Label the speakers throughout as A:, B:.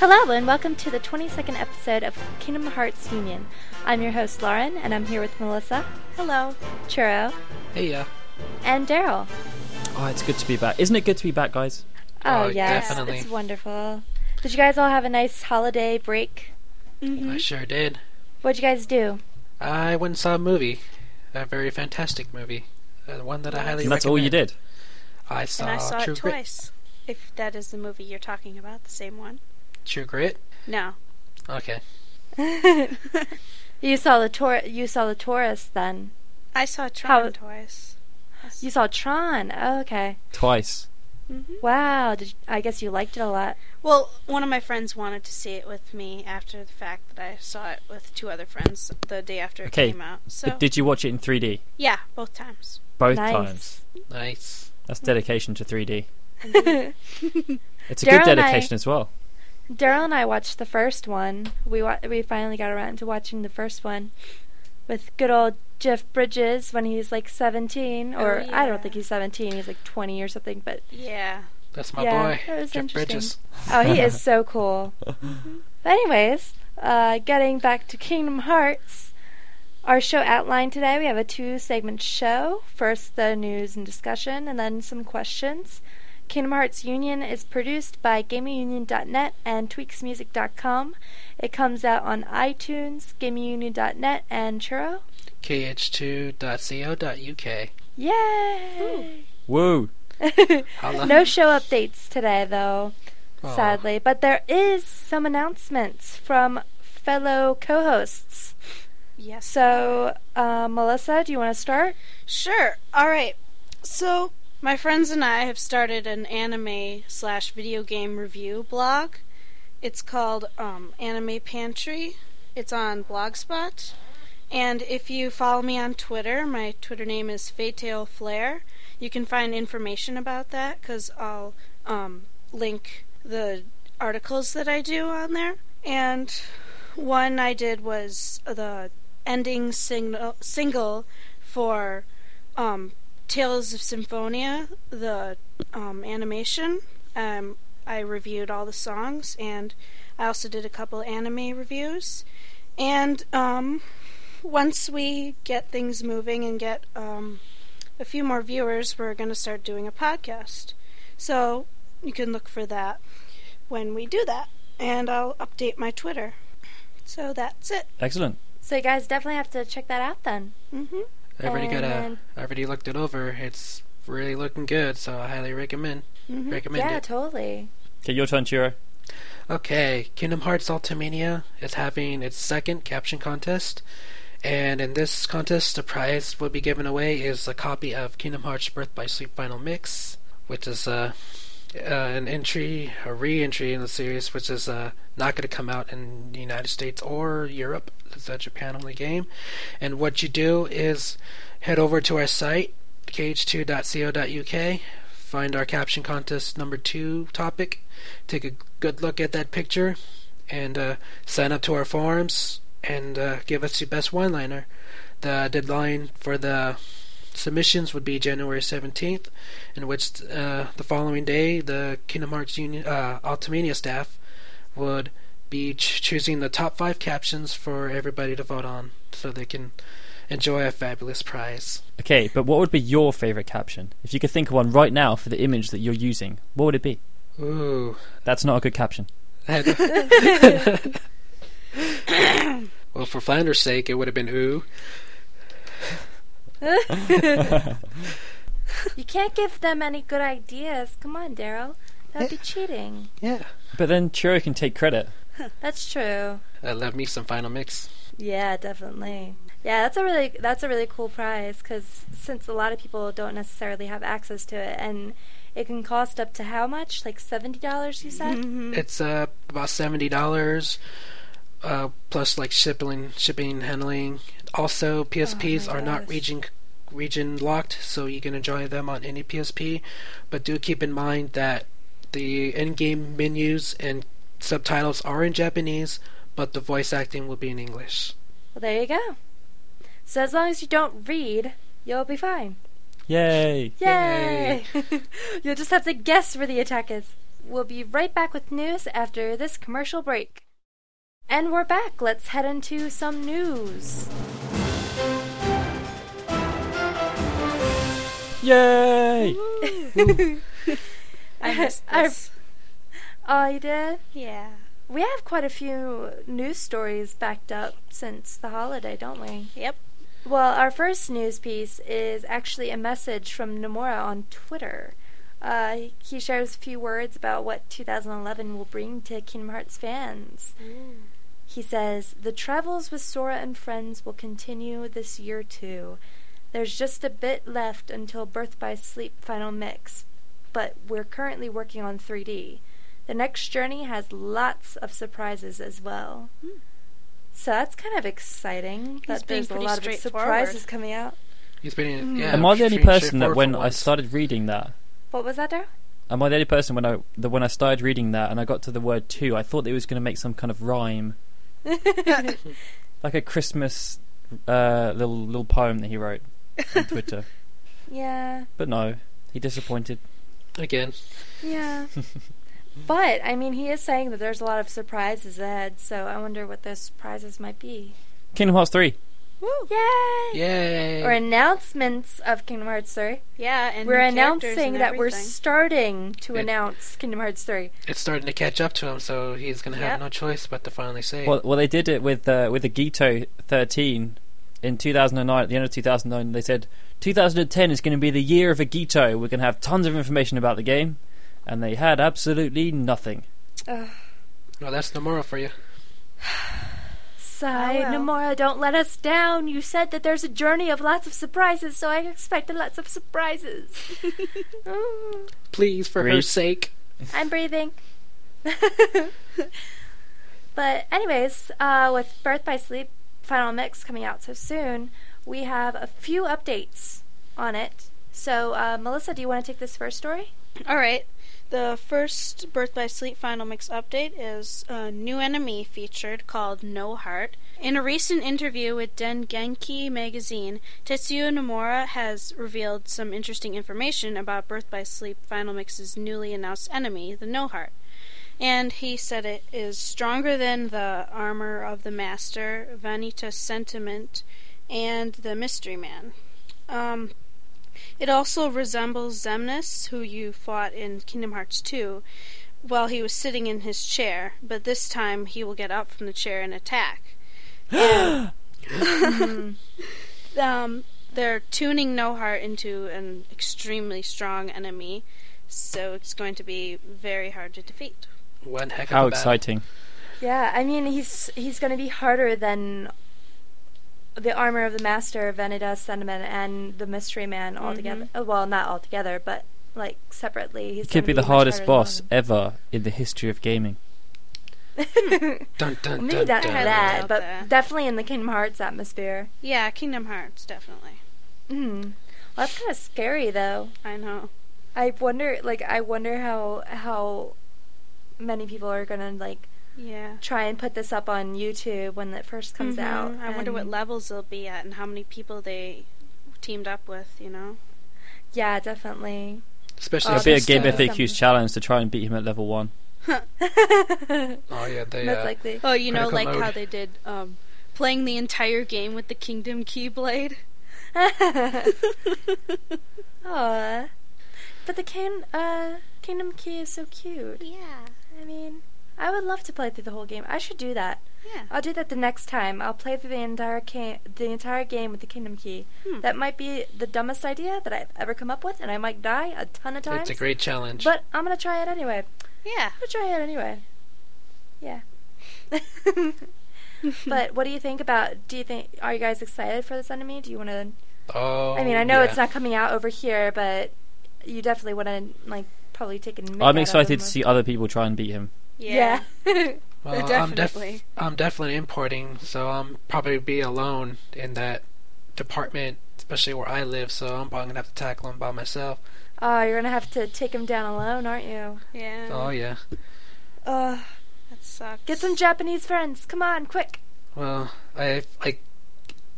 A: Hello, and welcome to the 22nd episode of Kingdom Hearts Union. I'm your host, Lauren, and I'm here with Melissa. Hello. Churro.
B: Hey, uh, yeah.
A: And Daryl.
C: Oh, it's good to be back. Isn't it good to be back, guys?
A: Oh,
B: Oh,
A: yes.
B: definitely.
A: It's wonderful. Did you guys all have a nice holiday break? Mm-hmm.
B: I sure did.
A: What'd you guys do?
B: I went and saw a movie, a very fantastic movie, uh, one that I highly
C: And that's all you
B: recommend.
C: did.
B: I saw,
D: And I saw
B: True
D: it
B: Grit.
D: twice. If that is the movie you're talking about, the same one.
B: True Grit.
D: No.
B: Okay.
A: You saw the tour. You saw the tourist then.
D: I saw Tron
A: How-
D: twice.
A: You saw Tron. Oh, okay.
C: Twice.
D: hmm
A: Wow. Did I guess you liked it a lot.
D: Well, one of my friends wanted to see it with me after the fact that I saw it with two other friends the day after it
C: Okay,
D: came out. So
C: But did you watch it in 3D?
D: yeah, both times.
C: Both
A: nice. Hmm.
C: times.
B: Nice.
C: That's dedication to 3D. It's a
A: Daryl
C: good
A: and I-
C: dedication as well.
A: Daryl and I watched the first one. We wa- we finally got around to watching the first one with good old Jeff Bridges when he's like 17 or
D: Oh,
A: I don't
D: yeah.
A: think he's 17, he's like 20 or something, but
D: Yeah.
B: That's my
A: Yeah,
B: boy,
A: that was
B: Jeff
A: interesting.
B: Bridges.
A: oh, he is so cool. But anyways, uh, getting back to Kingdom Hearts, our show outline today, we have a two segment show. First, the news and discussion, and then some questions. Kingdom Hearts Union is produced by GamingUnion.net and TweaksMusic.com. It comes out on iTunes, GamingUnion.net, and Churro.
B: kh2.co.uk.
A: Yay!
C: Woo!
B: Holla.
A: no show updates today, though.
B: Aw.
A: sadly. But there is some announcements from fellow co-hosts.
D: Yes.
A: So, uh, Melissa, do you want to start?
D: Sure. All right. So, my friends and I have started an anime slash video game review blog. It's called um, Anime Pantry. It's on Blogspot. And if you follow me on Twitter, my Twitter name is Fatale Flare. You can find information about that because I'll um, link the articles that I do on there. And one I did was the ending signal, single for um, Tales of Symphonia, the um, animation. Um, I reviewed all the songs, and I also did a couple anime reviews. And um, once we get things moving and get um, a few more viewers, we're going to start doing a podcast. So you can look for that when we do that, and I'll update my Twitter. So that's it.
C: Excellent.
A: So you guys definitely have to check that out then.
D: hmm
B: I already got a.
A: And-
B: I already looked it over. It's really looking good, so I highly recommend
D: hmm
B: recommend
A: Mm-hmm. yeah,
B: it.
A: totally.
C: Okay, your turn, Chiro.
B: Okay, Kingdom Hearts Ultimania is having its second caption contest, and in this contest, the prize will be given away is a copy of Kingdom Hearts Birth by Sleep Final Mix, which is uh, uh, an entry, a re-entry in the series, which is uh, not going to come out in the United States or Europe. It's a Japan-only game, and what you do is head over to our site kh2.co.uk, find our caption contest number two topic take a good look at that picture and uh, sign up to our forums and uh, give us your best one liner. The deadline for the submissions would be January 17th, in which uh, the following day the Kingdom Hearts Union uh, Ultimania staff would be ch- choosing the top five captions for everybody to vote on so they can enjoy a fabulous prize.
C: Okay, but what would be your favorite caption? If you could think of one right now for the image that you're using, what would it be?
B: Ooh.
C: That's not a good caption.
B: well, for Flanders' sake, it would have been ooh.
A: You can't give them any good ideas. Come on, Daryl. That'd be cheating.
B: Yeah.
C: But then Chiro can take credit.
A: That's true.
B: I love me some Final Mix.
A: Yeah, definitely. Yeah, that's a really that's a really cool prize because since a lot of people don't necessarily have access to it, and it can cost up to how much? Like seventy dollars, you said?
B: It's uh, about seventy dollars, uh, plus like shipping, shipping, handling. Also, PSPs
A: Oh my
B: are
A: gosh.
B: not region region locked, so you can enjoy them on any PSP. But do keep in mind that the in-game menus and subtitles are in Japanese, but the voice acting will be in English.
A: Well, there you go. So as long as you don't read, you'll be fine.
C: Yay!
A: Yay! You'll just have to guess where the attack is. We'll be right back with news after this commercial break. And we're back. Let's head into some news.
C: Yay!
D: I missed
A: I-
D: this.
A: Oh, you did?
D: yeah.
A: We have quite a few news stories backed up since the holiday, don't we?
D: Yep.
A: Well, our first news piece is actually a message from Nomura on Twitter. Uh, he shares a few words about what 2011 will bring to Kingdom Hearts fans. He says, The travels with Sora and friends will continue this year too. There's just a bit left until Birth by Sleep final mix, but we're currently working on 3D. The next journey has lots of surprises as well.
D: Hmm.
A: So that's kind of exciting
D: He's
A: that
D: being
A: there's a
D: pretty
A: lot of
D: straightforward.
A: surprises coming out.
B: He's been.
D: Mm.
B: Yeah,
C: Am I the only
B: strange
C: person that
B: straightforward
C: when
B: for
C: I
B: once.
C: started reading that,
A: What was that, Daryl?
C: am I the only person when I that when I started reading that and I got to the word two, I thought it was going to make some kind of rhyme, like a Christmas uh, little little poem that he wrote on Twitter.
A: Yeah,
C: But no, he disappointed.
B: again?
A: yeah. but I mean, he is saying that there's a lot of surprises ahead, so I wonder what those surprises might be.
C: Kingdom Hearts three.
D: Woo.
A: Yay!
B: Yay!
A: Or announcements of Kingdom Hearts 3.
D: Yeah, and
A: we're
D: new characters
A: announcing
D: and
A: that we're
D: everything.
A: starting to
B: It-
A: announce Kingdom Hearts 3.
B: it's starting to catch up to him, so he's gonna
D: Yep.
B: have no choice but to finally say.
C: Well, well, they did it with uh, with the Gito 13 in 2009. At the end of 2009, they said 2010 is going to be the year of a Gito. We're going to have tons of information about the game, and they had absolutely nothing.
A: Ugh.
B: no, that's Nomura for you.
A: Sigh,
D: Oh, well.
A: Nomura, don't let us down. You said that there's a journey of lots of surprises, so I expected lots of surprises. Mm.
B: Please, for her
C: Breathe.
B: sake.
A: I'm breathing. but anyways, uh, with Birth by Sleep Final Mix coming out so soon, we have a few updates on it. So uh, Melissa, do you want to take this first story?
D: All right. The first Birth by Sleep Final Mix update is a new enemy featured called No Heart. In a recent interview with Den Genki magazine, Tetsuya Nomura has revealed some interesting information about Birth by Sleep Final Mix's newly announced enemy, the No Heart. And he said it is stronger than the armor of the Master, Vanitas Sentiment, and the Mystery Man. Um, it also resembles Zemnis, who you fought in Kingdom Hearts 2, while he was sitting in his chair, but this time he will get up from the chair and attack. Um, they're tuning No Heart into an extremely strong enemy, so it's going to be very hard to defeat.
B: One heck of
C: How
B: a battle.
C: exciting!
A: Yeah, I mean he's he's going to be harder than the armor of the master, Veneda, Sentiment, and the Mystery Man
D: Mm-hmm.
A: altogether. Oh, well, not altogether, but like separately. He's
C: It could
A: gonna
C: be the
A: much
C: hardest
A: harder
C: boss
A: than
C: ever in the history of gaming.
B: Dun, dun,
A: Maybe
B: dun,
A: not
B: dun.
D: dun.
A: that, but
D: About that.
A: definitely in the Kingdom Hearts atmosphere.
D: Yeah, Kingdom Hearts, definitely.
A: Mm. Well, that's kind of scary, though.
D: I know.
A: I wonder, like, I wonder how how many people are gonna like
D: Yeah.
A: try and put this up on YouTube when it first comes
D: Mhm.
A: out.
D: I wonder what
A: and-
D: levels they'll be at and how many people they teamed up with, you know?
A: Yeah, definitely.
B: Especially
A: Oh,
C: It'll be a
B: since,
A: there's
C: Game
B: uh,
A: FA.
C: FAQ's challenge to try and beat him at level one.
B: Oh yeah, they.
A: Most
B: Uh,
A: likely.
D: Oh, you know, like
B: Critical mode.
D: how they did um, playing the entire game with the Kingdom Keyblade. Oh.
A: Aww. But the can uh Kingdom Key is so cute.
D: Yeah,
A: I mean, I would love to play through the whole game. I should do that.
D: yeah.
A: I'll do that the next time. I'll play through the entire ca- the entire game with the Kingdom Key.
D: Hmm.
A: That might be the dumbest idea that I've ever come up with, and I might die a ton of times.
B: it's a great challenge.
A: But I'm gonna try it anyway.
D: Yeah.
A: I'm gonna try it anyway. Yeah. but what do you think about? Do you think are you guys excited for this enemy? Do you want to?
B: oh,
A: I mean, I know
B: yeah.
A: it's not coming out over here, but you definitely want to like probably take and. make
C: I'm
A: that out
C: excited
A: of
C: to
A: them.
C: see other people try and beat him.
A: Yeah.
B: Well, I'm,
D: Definitely.
B: def- I'm definitely importing, so I'm probably be alone in that department, especially where I live. So I'm probably gonna have to tackle him by myself.
A: oh, you're gonna have to take him down alone, aren't you?
D: Yeah.
B: Oh yeah.
A: Ugh.
D: That sucks.
A: Get some Japanese friends. Come on, quick.
B: Well, I like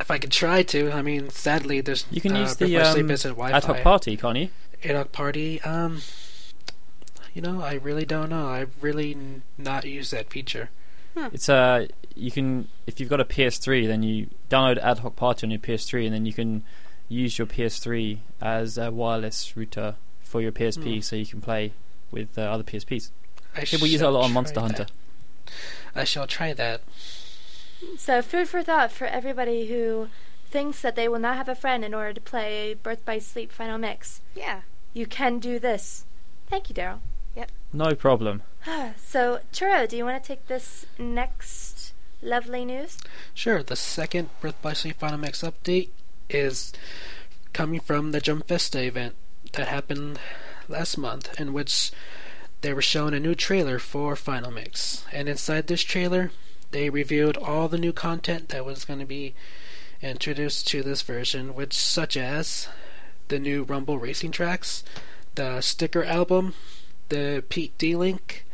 B: if I could try to. I mean, sadly, there's
C: You can
B: uh,
C: use the
B: Ripley
C: um,
B: Sleep isn't Wi-Fi.
C: ad hoc party, can't you?
B: Ad hoc party. Um, you know, I really don't know. I really n- not use that feature.
C: It's uh, you can if you've got a PS3, then you download ad hoc party on your PS3, and then you can use your PS3 as a wireless router for your PSP,
B: Hmm.
C: so you can play with uh, other PSPs.
B: I
C: People use it a
B: shall
C: lot on
B: try
C: Monster
B: that.
C: Hunter.
B: I shall try that.
A: So, food for thought for everybody who thinks that they will not have a friend in order to play Birth by Sleep Final Mix.
D: Yeah.
A: You can do this. Thank you, Daryl.
C: No problem.
A: so, Churro, do you want to take this next lovely news?
B: Sure, the second Birth by Sleep Final Mix update is coming from the Jump Festa event that happened last month, in which they were shown a new trailer for Final Mix. And inside this trailer, they revealed all the new content that was going to be introduced to this version, which such as the new Rumble racing tracks, the sticker album, the Pete D Link,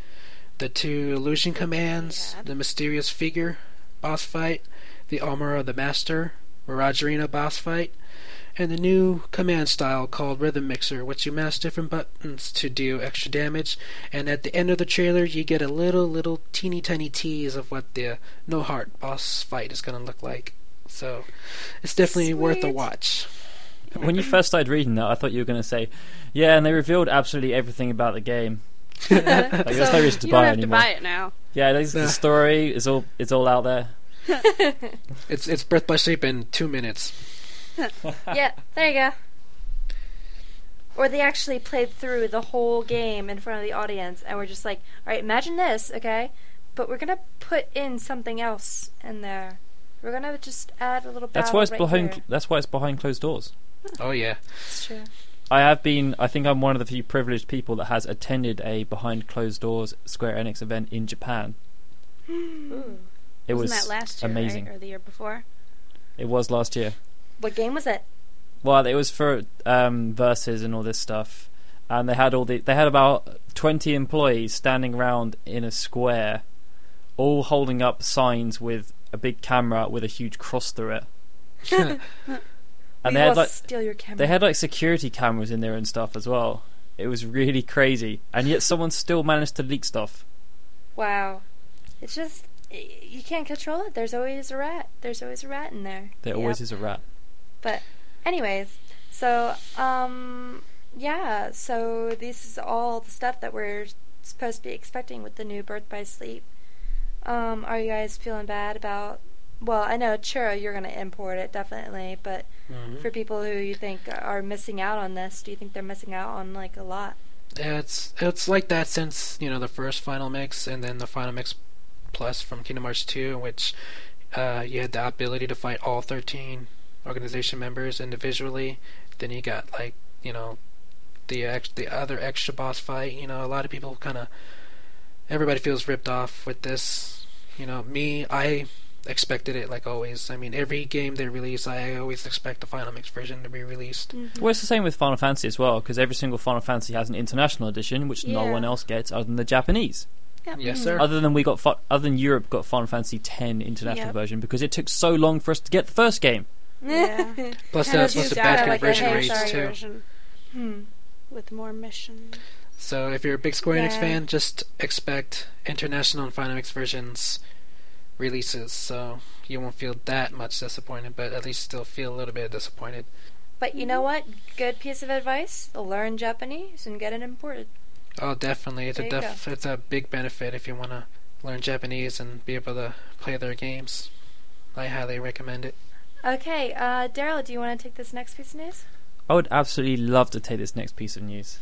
B: the two illusion commands,
D: Yeah.
B: the mysterious figure boss fight, the armor of the master, Mirage Arena boss fight, and the new command style called Rhythm Mixer, which you mash different buttons to do extra damage. And at the end of the trailer, you get a little, little, teeny tiny tease of what the No Heart boss fight is going to look like. So it's definitely worth a
D: Sweet.
B: watch.
C: When you first started reading that, I thought you were going to say, "Yeah," and they revealed absolutely everything about the game.
D: So,
C: there's no reason to
D: you
C: buy
D: don't have
C: anymore.
D: to buy it now.
C: Yeah, this is
B: Yeah.
C: the story. It's all it's all out there.
B: It's it's Birth by Sleep in two minutes.
A: yeah, there you go. Or they actually played through the whole game in front of the audience and were just like, all right, imagine this, okay? But we're going to put in something else in there. We're going to just add a little
C: That's
A: battle
C: why it's
A: right
C: behind.
A: here."
C: That's why it's behind closed doors.
B: Oh yeah,
A: That's true.
C: I have been. I think I'm one of the few privileged people that has attended a behind closed doors Square Enix event in Japan.
A: Ooh.
C: It
D: Wasn't
C: was
D: that last year,
C: amazing.
D: right? Or the year before?
C: It was last year.
A: What game was it?
C: Well, it was for um, verses and all this stuff, and they had all the they had about twenty employees standing around in a square, all holding up signs with a big camera with a huge cross through it, and
A: we
C: they had
A: will
C: like
A: steal your camera.
C: they had like security cameras in there and stuff as well. It was really crazy, and yet someone still managed to leak stuff.
A: wow. It's just y- you can't control it. There's always a rat. There's always a rat in there.
C: There always is a rat.
A: But anyways, so um yeah, so this is all the stuff that we're supposed to be expecting with the new Birth by Sleep. Um are you guys feeling bad about well, I know Churro you're going to import it definitely, but
B: Mhm.
A: for people who you think are missing out on this, do you think they're missing out on like a lot?
B: Yeah, it's it's like that since you know the first Final Mix and then the Final Mix Plus from Kingdom Hearts 2, in which uh, you had the ability to fight all 13 organization members individually. Then you got like you know the ex- the other extra boss fight. You know, a lot of people kind of everybody feels ripped off with this. You know, me, I expected it like always. I mean, every game they release, I always expect the Final Mix version to be released.
D: Mm-hmm.
C: Well, it's the same with Final Fantasy as well, because every single Final Fantasy has an international edition, which no
A: Yeah.
C: one else gets other than the Japanese.
D: Yep.
A: Hmm.
B: Yes, sir.
C: Other than we got, fi- other than Europe got Final Fantasy X international
D: Yep.
C: version because it took so long for us to get the first game.
D: Yeah.
B: Plus,
A: How
B: that's
A: did you
B: supposed to
A: die?
B: bad
A: Like,
B: conversion
A: hey,
B: rates
A: sorry,
B: too.
D: Version
A: Hmm.
D: with more missions.
B: So if you're a big Square Enix
A: Yeah.
B: fan, just expect international and Final Mix versions releases, so you won't feel that much disappointed, but at least still feel a little bit disappointed.
A: But you know what? Good piece of advice: learn Japanese and get it imported.
B: Oh, definitely, it's a
A: There you
B: def- it's a big benefit if you want to learn Japanese and be able to play their games. I highly recommend it.
A: Okay, uh, Daryl, do you want to take this next piece of news?
C: I would absolutely love to take this next piece of news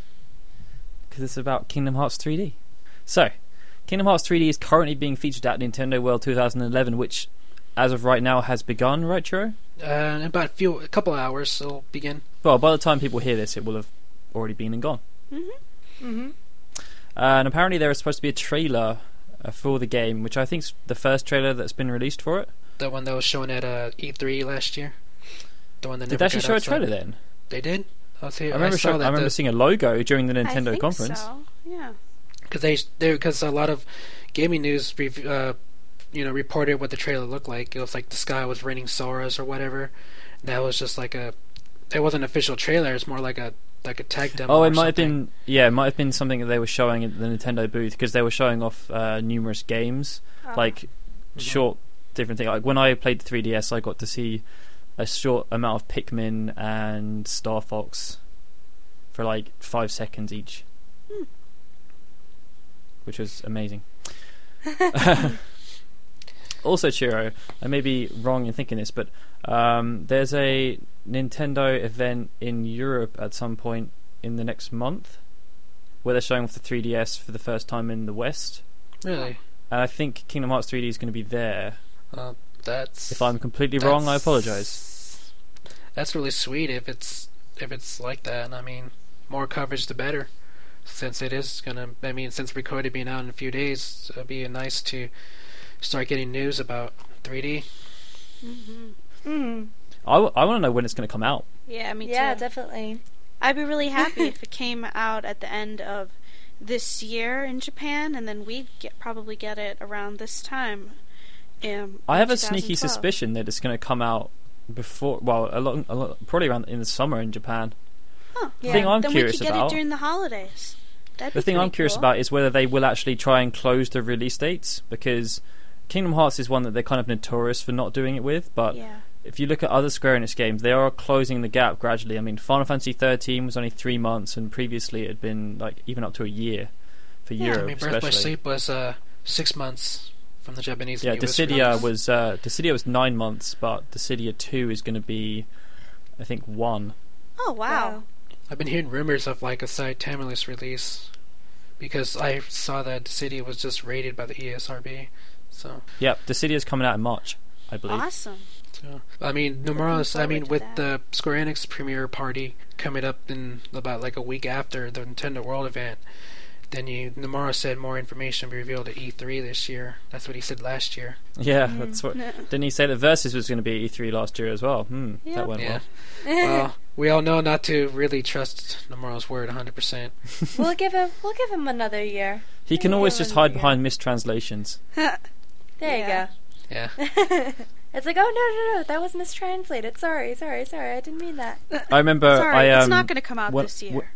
C: because it's about Kingdom Hearts 3D. So, Kingdom Hearts 3D is currently being featured at Nintendo World 2011, which, as of right now, has begun. Right, Churro?
B: Uh, in about a few, a couple hours, it'll begin.
C: Well, by the time people hear this, it will have already been and gone.
A: Mm-hmm.
C: Uh, and apparently there is supposed to be a trailer uh, for the game, which I think's the first trailer that's been released for it.
B: The one that was shown at uh, E3 last year. The one that
C: Did
B: never
C: they actually
B: got
C: show
B: outside.
C: a trailer then?
B: They did. I, was here,
C: I remember,
B: saw
C: show-
B: that uh,
C: I remember
B: the-
C: seeing a logo during the
D: I
C: Nintendo
D: think
C: conference.
D: So. Yeah.
B: because they they because a lot of gaming news rev- uh, you know reported what the trailer looked like. It was like the sky was raining Soras or whatever. That was just like a it wasn't an official trailer. It's more like a like a tag demo.
C: Oh,
B: or
C: it might have
B: something.
C: been yeah, it might have been something that they were showing at the Nintendo booth because they were showing off uh, numerous games,
D: Uh,
C: like
B: Mhm.
C: short different things. Like when I played the 3DS, I got to see a short amount of Pikmin and Star Fox for like five seconds each,
D: Hmm.
C: which was amazing. also, Chiro, I may be wrong in thinking this, but um, there's a Nintendo event in Europe at some point in the next month where they're showing off the 3DS for the first time in the West.
B: really.
C: And I think Kingdom Hearts 3D is going to be there.
B: Uh, that's
C: If I'm completely wrong, I
B: that's-
C: apologize.
B: That's really sweet if it's if it's like that. And I mean, more coverage the better, since it is gonna. I mean, since recorded being out in a few days, it'd be nice to start getting news about 3D.
D: mhm.
A: Mm.
C: I, want to know when it's going to come out.
D: Yeah, me
A: yeah,
D: too.
A: definitely.
D: I'd be really happy if it came out at the end of this year in Japan, and then we'd get, probably get it around this time. Um,
C: I
D: in
C: have a sneaky
D: 2012.
C: suspicion that it's going to come out before, well, a lot, a lot, probably around in the summer in Japan.
D: Huh.
A: The
C: thing I'm
D: then
C: curious
D: we could get
C: about-
D: it during the holidays. That'd
C: The
D: be
C: thing
D: pretty
C: I'm curious
D: cool.
C: about is whether they will actually try and close the release dates because Kingdom Hearts is one that they're kind of notorious for not doing it with. But
D: yeah,
C: if you look at other Square Enix games, they are closing the gap gradually. I mean, Final Fantasy 13 was only three months, and previously it had been like even up to a year for
D: Yeah.
C: Europe,
B: I mean, Birth by
C: especially.
B: Sleep was uh, six months from the Japanese.
C: Yeah,
B: and US
C: Dissidia
B: release.
C: was uh, Dissidia was nine months, but Dissidia two is going to be, I think, one.
D: Oh wow.
B: I've been hearing rumors of like a side Tamerlane release, because I saw that Dissidia was just rated by the E ESRB. So,
C: Yep, Dissidia's coming out in March, I believe.
D: Awesome.
B: so I mean,
D: Looking
B: Numeros. I mean,
D: forward
B: with
D: to
B: the Square Enix premiere party coming up in about like a week after the Nintendo World event, then you Nomura said more information will be revealed at E3 this year. That's what he said last year.
C: Yeah,
A: Mm.
C: that's what.
D: No.
C: Didn't he say that Versus was going to be at E3 last year as well? Hmm,
D: Yep.
C: that went
B: Yeah.
C: well.
B: well, we all know not to really trust Nomura's word 100%.
A: we'll give him. We'll give him another year.
C: He can
A: Yeah,
C: always
A: that
C: just
A: went
C: hide
A: well.
C: behind mistranslations.
A: There
D: Yeah.
B: Yeah.
A: you go. it's like, oh no, no, no, that was mistranslated. Sorry, sorry, sorry. I didn't mean that.
C: I remember
D: Sorry,
C: I um,
D: it's not going to come out
C: when-
D: this year.
C: w-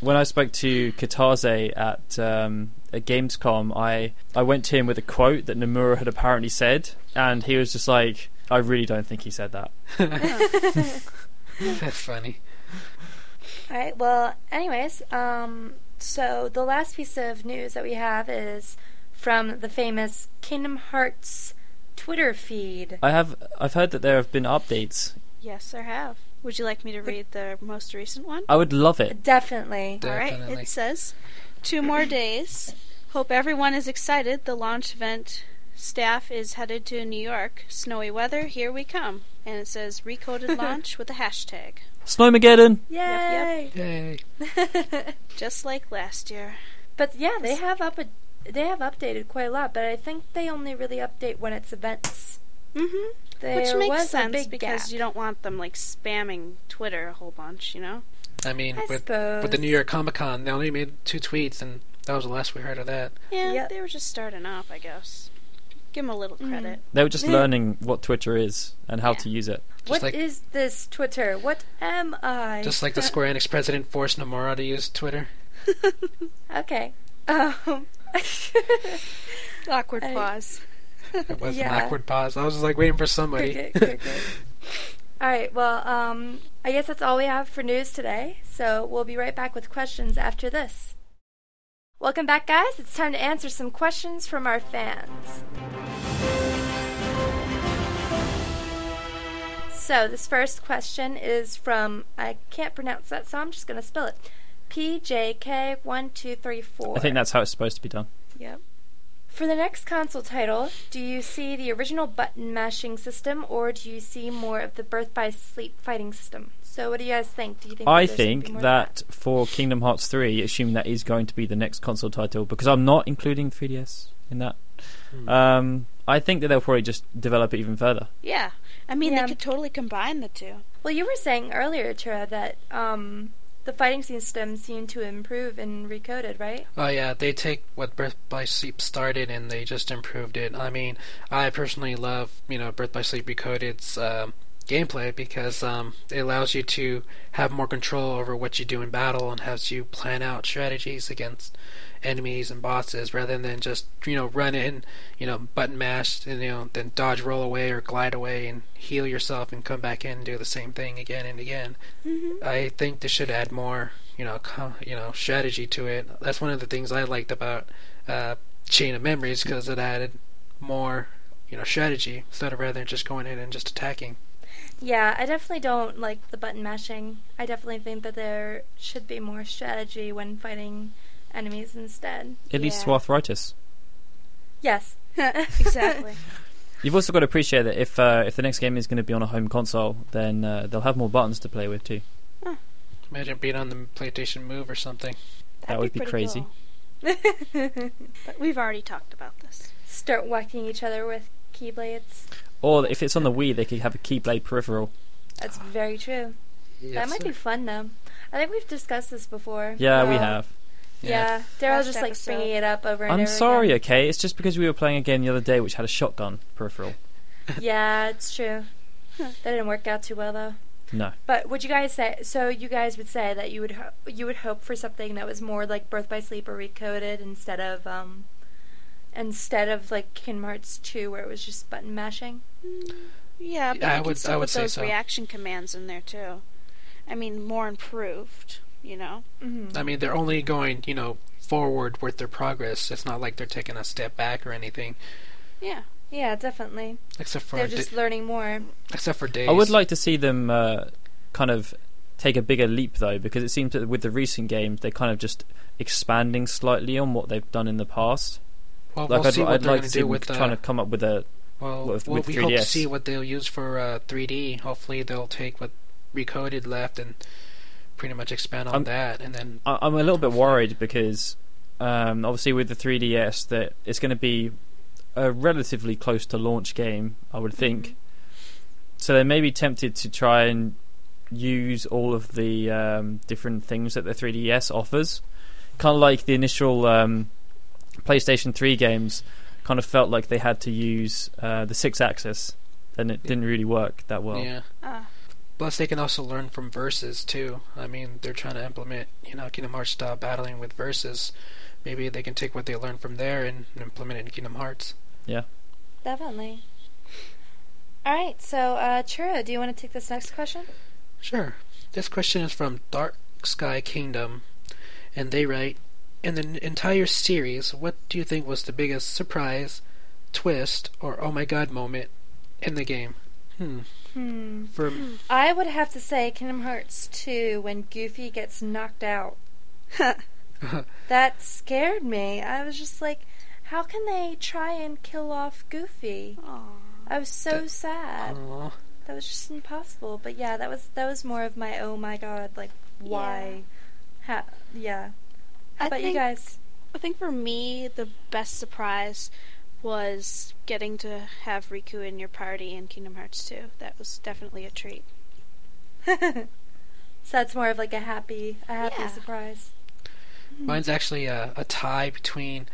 C: when I spoke to Katase at um, at Gamescom, I I went to him with a quote that Nomura had apparently said, and he was just like, "I really don't think he said that."
D: Uh-huh.
B: That's funny.
A: All right. Well, anyways, um, so the last piece of news that we have is from the famous Kingdom Hearts Twitter feed.
C: I have I've heard that there have been updates.
D: yes, I have. Would you like me to read the most recent one?
C: I would love it.
A: Definitely.
B: Yeah,
D: All right,
B: definitely.
D: it says two more days. Hope everyone is excited. The launch event staff is headed to New York. Snowy weather, here we come. And it says recoded launch with a hashtag,
C: Snowmageddon.
A: Yay!
B: Yay.
D: just like last year.
A: But yeah, they have up they have updated quite a lot, but I think they only really update when it's events.
D: Mm-hmm.
A: There
D: Which
A: was
D: makes
A: a
D: sense
A: big
D: because
A: gap.
D: you don't want them like spamming Twitter a whole bunch, you know?
B: I mean,
A: I
B: with
A: suppose.
B: But the New York Comic Con, they only made two tweets, and that was the last we heard of that.
D: Yeah,
A: Yep.
D: they were just starting up, I guess. Give them a little
A: Mhm.
D: credit.
C: They were just
A: Yeah.
C: learning what Twitter is and how to use it.
A: What is
B: like-
A: this Twitter? What am I?
B: Just like the Square Enix president forced Nomura to use Twitter.
A: Uh, okay. Um,
D: Awkward
A: I-
D: pause.
B: It was
A: Yeah.
B: an awkward pause. I was just like waiting for somebody.
A: Cricket, cricket. all right. Well, um, I guess that's all we have for news today. So we'll be right back with questions after this. Welcome back, guys. It's time to answer some questions from our fans. So this first question is from I can't pronounce that, so I'm just going to spell it. PJK one two three four.
C: I think that's how it's supposed to be done.
D: Yep.
A: For the next console title, do you see the original button mashing system, or do you see more of the birth by sleep fighting system? So, what do you guys think? Do you think? that
C: I
A: there should be more
C: think
A: of
C: that for Kingdom Hearts 3, assuming that is going to be the next console title, because I'm not including 3DS in that,
B: Hmm.
C: um, I think that they'll probably just develop it even further.
D: Yeah. I mean,
A: Yeah.
D: they could totally combine the two.
A: Well, you were saying earlier, Tara, that um, the fighting system seemed to improve and recoded, right?
B: Oh yeah, they take what Birth by Sleep started and they just improved it. I mean, I personally love you know Birth by Sleep Recoded's um, gameplay because um, it allows you to have more control over what you do in battle and helps you plan out strategies against enemies and bosses rather than just you know run in, you know button mash and you know then dodge roll away or glide away and heal yourself and come back in and do the same thing again and again.
D: Mm-hmm.
B: I think this should add more, you know, com- you know, strategy to it. That's one of the things I liked about uh, Chain of Memories because it added more, you know, strategy instead of rather than just going in and just attacking.
A: Yeah, I definitely don't like the button mashing. I definitely think that there should be more strategy when fighting enemies instead.
C: It leads
D: Yeah.
C: to arthritis.
A: Yes.
D: exactly.
C: You've also got to appreciate that if uh, if the next game is going to be on a home console, then uh, they'll have more buttons to play with too.
B: Imagine being on the PlayStation Move or something.
C: That would be
D: pretty
C: crazy.
D: cool. but we've already talked about this.
A: Start whacking each other with keyblades.
C: Or if it's on the Wii, they could have a Keyblade peripheral.
A: That's very true. that
B: Yes,
A: might
B: sir.
A: be fun though. I think we've discussed this before.
C: Yeah, we
A: Well,
C: have.
A: Yeah, Daryl's
D: Last
A: just like
D: episode.
A: bringing it up over and
C: I'm
A: over.
C: sorry,
A: again.
C: okay? It's just because we were playing a game the other day which had a shotgun peripheral.
A: Yeah, it's true. That didn't work out too well though.
C: No.
A: But would you guys say? So you guys would say that you would ho- you would hope for something that was more like Birth by Sleep or Recoded instead of um instead of like Kingdom Hearts two where it was just button mashing.
B: Yeah, I
D: Yeah, but you can
B: would-
D: still
B: I would
D: put
B: say
D: those
B: so.
D: reaction commands in there too. I mean, more improved. You know.
A: Mm-hmm.
B: I mean, they're only going, you know, forward with their progress. It's not like they're taking a step back or anything,
D: Yeah.
A: Yeah, definitely.
B: except for
A: They're
B: da-
A: just learning more.
B: except for days.
C: I would like to see them uh, kind of take a bigger leap, though, because it seems that with the recent games, they're kind of just expanding slightly on what they've done in the past.
B: Well,
C: Like,
B: we'll
C: I'd,
B: see what
C: I'd
B: they're
C: like to
B: going
C: see
B: do
C: them
B: with uh,
C: trying to come up with a.
B: Well,
C: with-
B: well,
C: with
B: we hope to
C: 3DS.
B: see what they'll use for uh, 3D. Hopefully, they'll take what Recoded left and pretty much expand on
C: I'm-
B: that. And then,
C: I, I'm a little bit worried because um, obviously with the 3DS, that it's going to be a relatively close to launch game, I would think. So they may be tempted to try and use all of the um, different things that the 3DS offers, kind of like the initial um, PlayStation 3 games. Kind of felt like they had to use uh, the six-axis, and it didn't really work that well.
B: yeah.
D: Uh,
B: Plus, they can also learn from verses too. I mean, they're trying to implement, you know, Kingdom Hearts style battling with verses. Maybe they can take what they learned from there and implement it in Kingdom Hearts.
A: Definitely. All right, so uh, Chura, do you want to take this next question?
B: Sure. This question is from Dark Sky Kingdom, and they write In the n- entire series, what do you think was the biggest surprise, twist, or oh my god moment in the game? Hmm.
A: Hmm.
B: For
A: I would have to say Kingdom Hearts 2 when Goofy gets knocked out. that scared me. I was just like, how can they try and kill off Goofy?
D: aw.
A: I was so
B: That- Mm.
A: sad.
B: Aw.
A: That was just impossible. But yeah, that was that was more of my oh my god, like why? Ha- yeah. How
D: I
A: about
D: think-
A: you guys?
D: I think for me, the best surprise was getting to have Riku in your party in Kingdom Hearts 2. That was definitely a treat.
A: so that's more of like a happy, a happy
D: Yeah.
A: surprise.
B: Mine's actually a, a tie between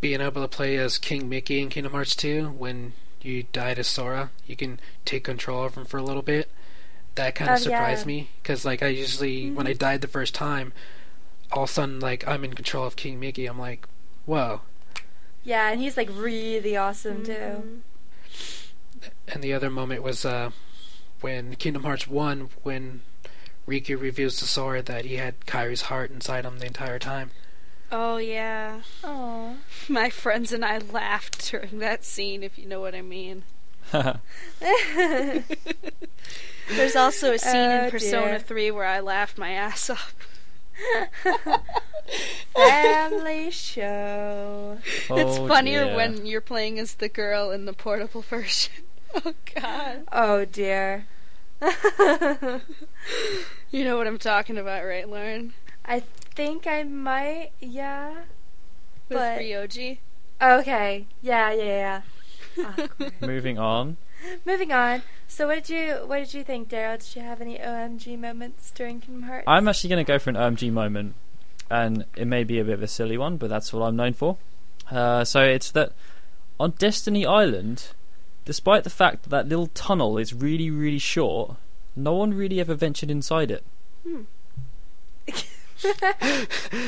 B: being able to play as King Mickey in Kingdom Hearts 2 when you die to Sora. You can take control of him for a little bit. That kind of
A: Oh,
B: surprised
A: yeah. Mm-hmm.
B: me because, like, I usually when I died the first time, all of a sudden, like, I'm in control of King Mickey. I'm like, whoa.
A: Yeah, and he's like really awesome too.
D: Mm-hmm.
B: And the other moment was uh, when Kingdom Hearts 1, when Riku reveals to Sora that he had Kairi's heart inside him the entire time.
D: Oh, yeah. Mm-hmm.
A: Aww.
D: My friends and I laughed during that scene, if you know what I mean. There's also a scene
A: Oh,
D: in Persona
A: dear.
D: 3 where I laughed my ass off.
A: Family show.
D: it's
C: Oh,
D: funnier
C: dear.
D: when you're playing as the girl in the portable version. oh, God.
A: Oh dear.
D: You know what I'm talking about, right, Lauren?
A: I think I might. Yeah.
D: With
A: But-
D: Ryoji.
A: Okay. Yeah. Yeah. Yeah. Awkward.
C: Moving on.
A: Moving on. So, what did you what did you think, Daryl? Did you have any OMG moments during Kingdom Hearts?
C: I'm actually going to go for an OMG moment, and it may be a bit of a silly one, but that's what I'm known for. Uh, so it's that on Destiny Island, Despite the fact that that little tunnel is really, really short, no one really ever ventured inside it.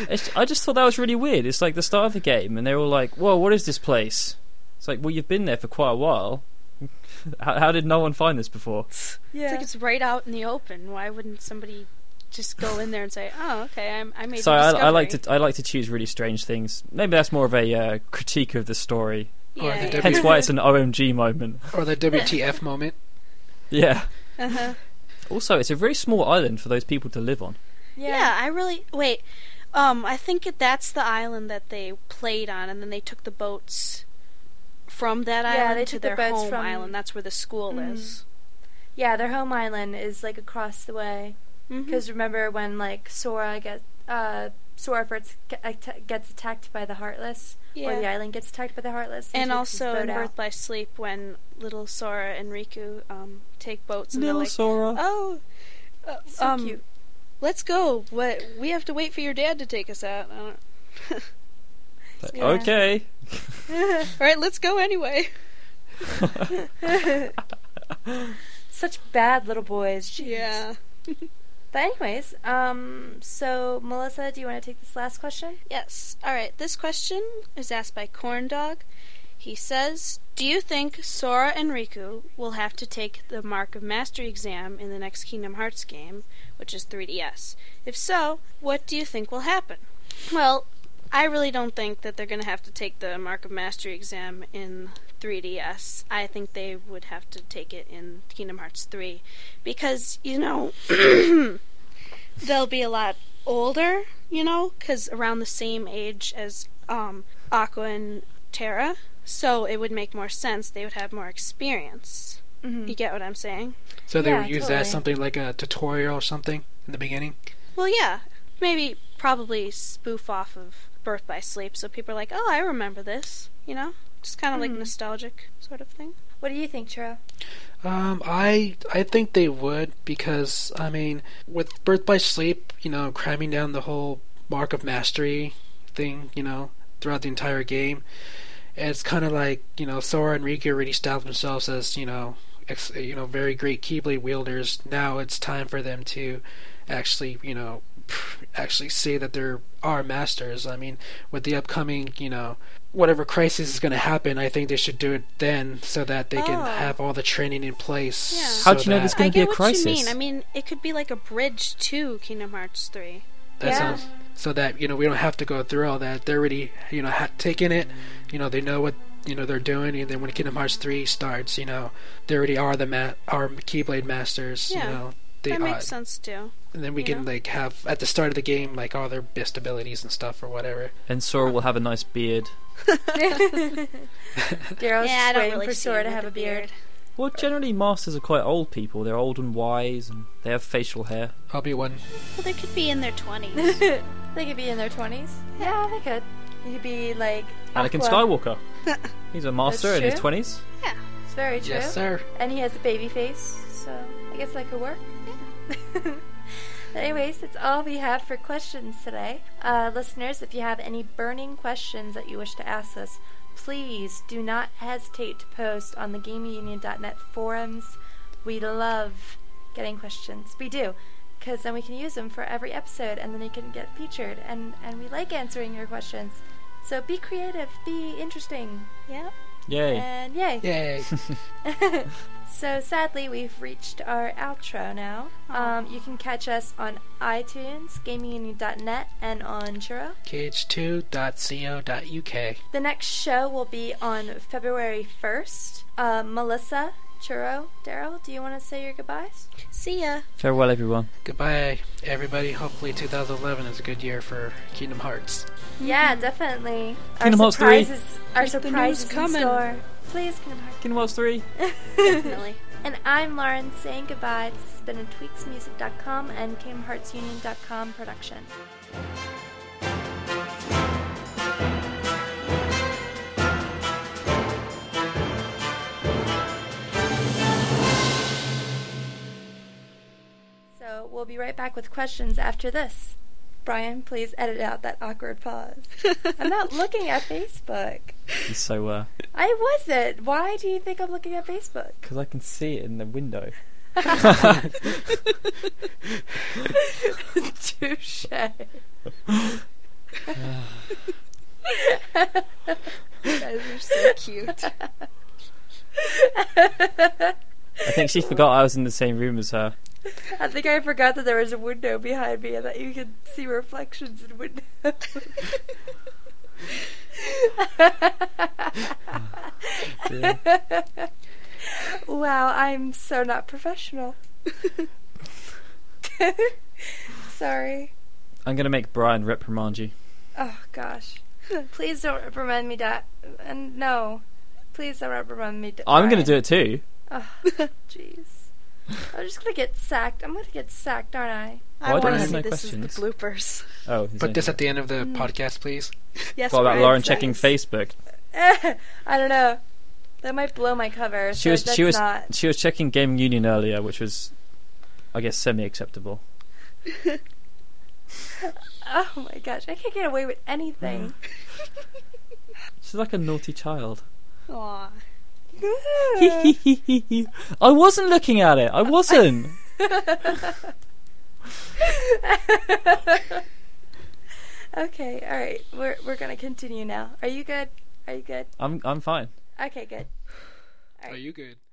C: It's, I just thought that was really weird. It's like the start of the game, and they're all like, "Whoa, what is this place?" It's like, "Well, you've been there for quite a while. how, how did no one find this before?"
A: Yeah.
D: It's like it's right out in the open. Why wouldn't somebody just go in there and say, "Oh, okay, I'm, I made."
C: So
D: the
C: I, I
D: discovery."
C: like to I like to choose really strange things. Maybe that's more of a uh, critique of the story.
B: Or
D: Yeah,
B: the
D: yeah.
C: Hence why it's an OMG moment.
B: Or the WTF moment.
C: Yeah.
D: Uh-huh.
C: Also, it's a very small island for those people to live on.
D: Yeah. I really wait. Um, I think it, that's the island that they played on, and then they took the boats from that
A: Yeah,
D: island
A: they
D: to
A: took the
D: their
A: boats
D: home
A: from-
D: island. That's where the school
A: Mhm.
D: is.
A: Yeah, their home island is like across the way. Because
D: Because
A: remember when like Sora gets uh, Sora first ge- att- gets attacked by the Heartless, or the island gets attacked by the Heartless, he
D: and
A: takes his
D: also
A: boat
D: in
A: out.
D: Birth by Sleep when little Sora and Riku um take boats and
C: Little
D: they're like,
C: Sora.
D: "Oh, uh,
A: so
D: um,
A: cute.
D: let's go. What we have to wait for your dad to take us out." I don't...
C: Like,
A: yeah.
C: Okay.
D: All right, let's go anyway.
A: Such bad little boys. Jeez.
D: Yeah.
A: But anyways, um, so Melissa, do you want to take this last question?
D: Yes. All right. This question is asked by Corndog. He says, "Do you think Sora and Riku will have to take the Mark of Mastery exam in the next Kingdom Hearts game, which is 3DS? If so, what do you think will happen?" Well, I really don't think that they're going to have to take the Mark of Mastery exam in 3DS. I think they would have to take it in Kingdom Hearts 3 because, you know, they'll be a lot older, you know, because around the same age as um, Aqua and Terra. So it would make more sense. They would have more experience.
A: Mm-hmm.
C: Mm.
D: You get what I'm saying?
B: So they
A: Yeah,
B: would use that as
A: totally.
B: something like a tutorial or something in the beginning.
D: Well, yeah. Maybe probably spoof off of Birth by Sleep. So people are like, oh, I remember this, you know? Just kind of like
C: Hmm.
A: Mhm.
D: nostalgic sort of thing.
A: What do you think, Churro?
B: Um, I I think they would because I mean, with Birth by Sleep, you know, cramming down the whole mark of mastery thing, you know, throughout the entire game, it's kind of like you know Sora and Riku already styled themselves as you know, ex- you know, very great Keyblade wielders. Now it's time for them to actually you know actually say that they're are masters. I mean, with the upcoming you know whatever crisis is going to happen, I think they should do it then so that they can
D: Oh.
B: have all the training in place.
D: Yeah.
B: so
C: How'd you know
B: that-
C: this
D: I
C: gonna be
D: get
C: a
D: what
C: crisis.
D: you mean. I mean, it could be like a bridge to Kingdom Hearts 3.
B: that
A: Yeah.
B: sounds- so that you know we don't have to go through all that. They're already you know ha- taking it. You know they know what you know they're doing, and then when Kingdom Hearts three starts, you know they already are the ma- are Keyblade masters.
D: Yeah.
B: You know they
D: that
B: are,
D: makes sense too.
B: and then we
D: you
B: can
D: know.
B: like have at the start of the game like all their best abilities and stuff or whatever.
C: and Sora will have a nice beard.
A: Daryl's
D: yeah,
A: just
D: I don't
A: waiting
D: really
A: for
D: see
A: Sora
D: it
A: to
D: with
A: have
D: the
A: a beard.
C: Well, generally, masters are quite old people. They're old and wise, and they have facial hair.
B: I'll be one.
D: Well, they could be in their 20s.
A: they could be in their twenties. Yeah, they could. You could be like
C: Anakin
A: Aqua.
C: Skywalker. He's a master
A: That's
C: in his
A: true.
C: 20s.
A: It's very true.
B: Yes, sir.
A: And he has a baby face, so I guess that could work. Anyways, that's all we have for questions today. Uh, listeners, if you have any burning questions that you wish to ask us, please do not hesitate to post on the GameUnion.net forums. We love getting questions. We do, because then we can use them for every episode, and then they can get featured. and And we like answering your questions. So be creative, be interesting,
D: yeah.
C: Yay.
A: and yay!
B: Yay.
A: so sadly, we've reached our outro now. Um, you can catch us on iTunes, GamingUnion.net, and on Churro.
B: KH2.co.uk.
A: The next show will be on February 1st. Uh, Melissa, Churro, Daryl, do you want to say your goodbyes?
D: See ya.
C: Farewell, everyone.
B: Goodbye, everybody. Hopefully, 2011 is a good year for Kingdom Hearts.
A: Yeah, definitely.
C: Kingdom
A: our
C: Hearts three.
A: surprises, our
D: the news
A: surprises in
D: coming.
A: store. Please, Kingdom Hearts.
C: Kingdom Hearts 3.
D: Definitely.
A: And I'm Lauren saying goodbye. This has been a tweaksmusic.com and kingdomheartsunion.com production. So we'll be right back with questions after this. Brian, please edit out that awkward pause. I'm not looking at Facebook.
C: He's so, uh,
A: I wasn't. Why do you think I'm looking at Facebook?
C: Because I can see it in the window.
A: Touche.
D: You guys are so cute.
C: I think she forgot I was in the same room as her.
A: I think I forgot that there was a window behind me and that you could see reflections in windows.
C: dear.
A: wow, I'm so not professional. Sorry.
C: I'm gonna make Brian reprimand you.
A: Oh gosh. Please don't reprimand me, Dad. And no, please don't reprimand me.
C: I'm gonna do it too.
A: Jeez. I'm just gonna get sacked. I'm gonna get sacked, aren't I?
D: I
C: Why
D: want
C: do
D: to
A: I have
D: see
C: no
D: this is
C: questions?
D: the bloopers.
C: Oh,
B: Put this at the end of the
A: Mm.
B: podcast, please.
D: Yes,
C: What about
D: Brian
C: Lauren
D: says.
C: checking Facebook?
A: I don't know. That might blow my cover.
C: She
A: so
C: was
A: that's
C: she was
A: not.
C: she was checking Game Union earlier, which was, I guess, semi-acceptable.
A: Oh my gosh, I can't get away with anything.
C: She's like a naughty child.
D: Aw.
C: Mm. I wasn't looking at it. I wasn't.
A: okay, all right. We're we're gonna continue now. Are you good? Are you good?
C: I'm I'm fine.
A: Okay, good.
B: Are you good?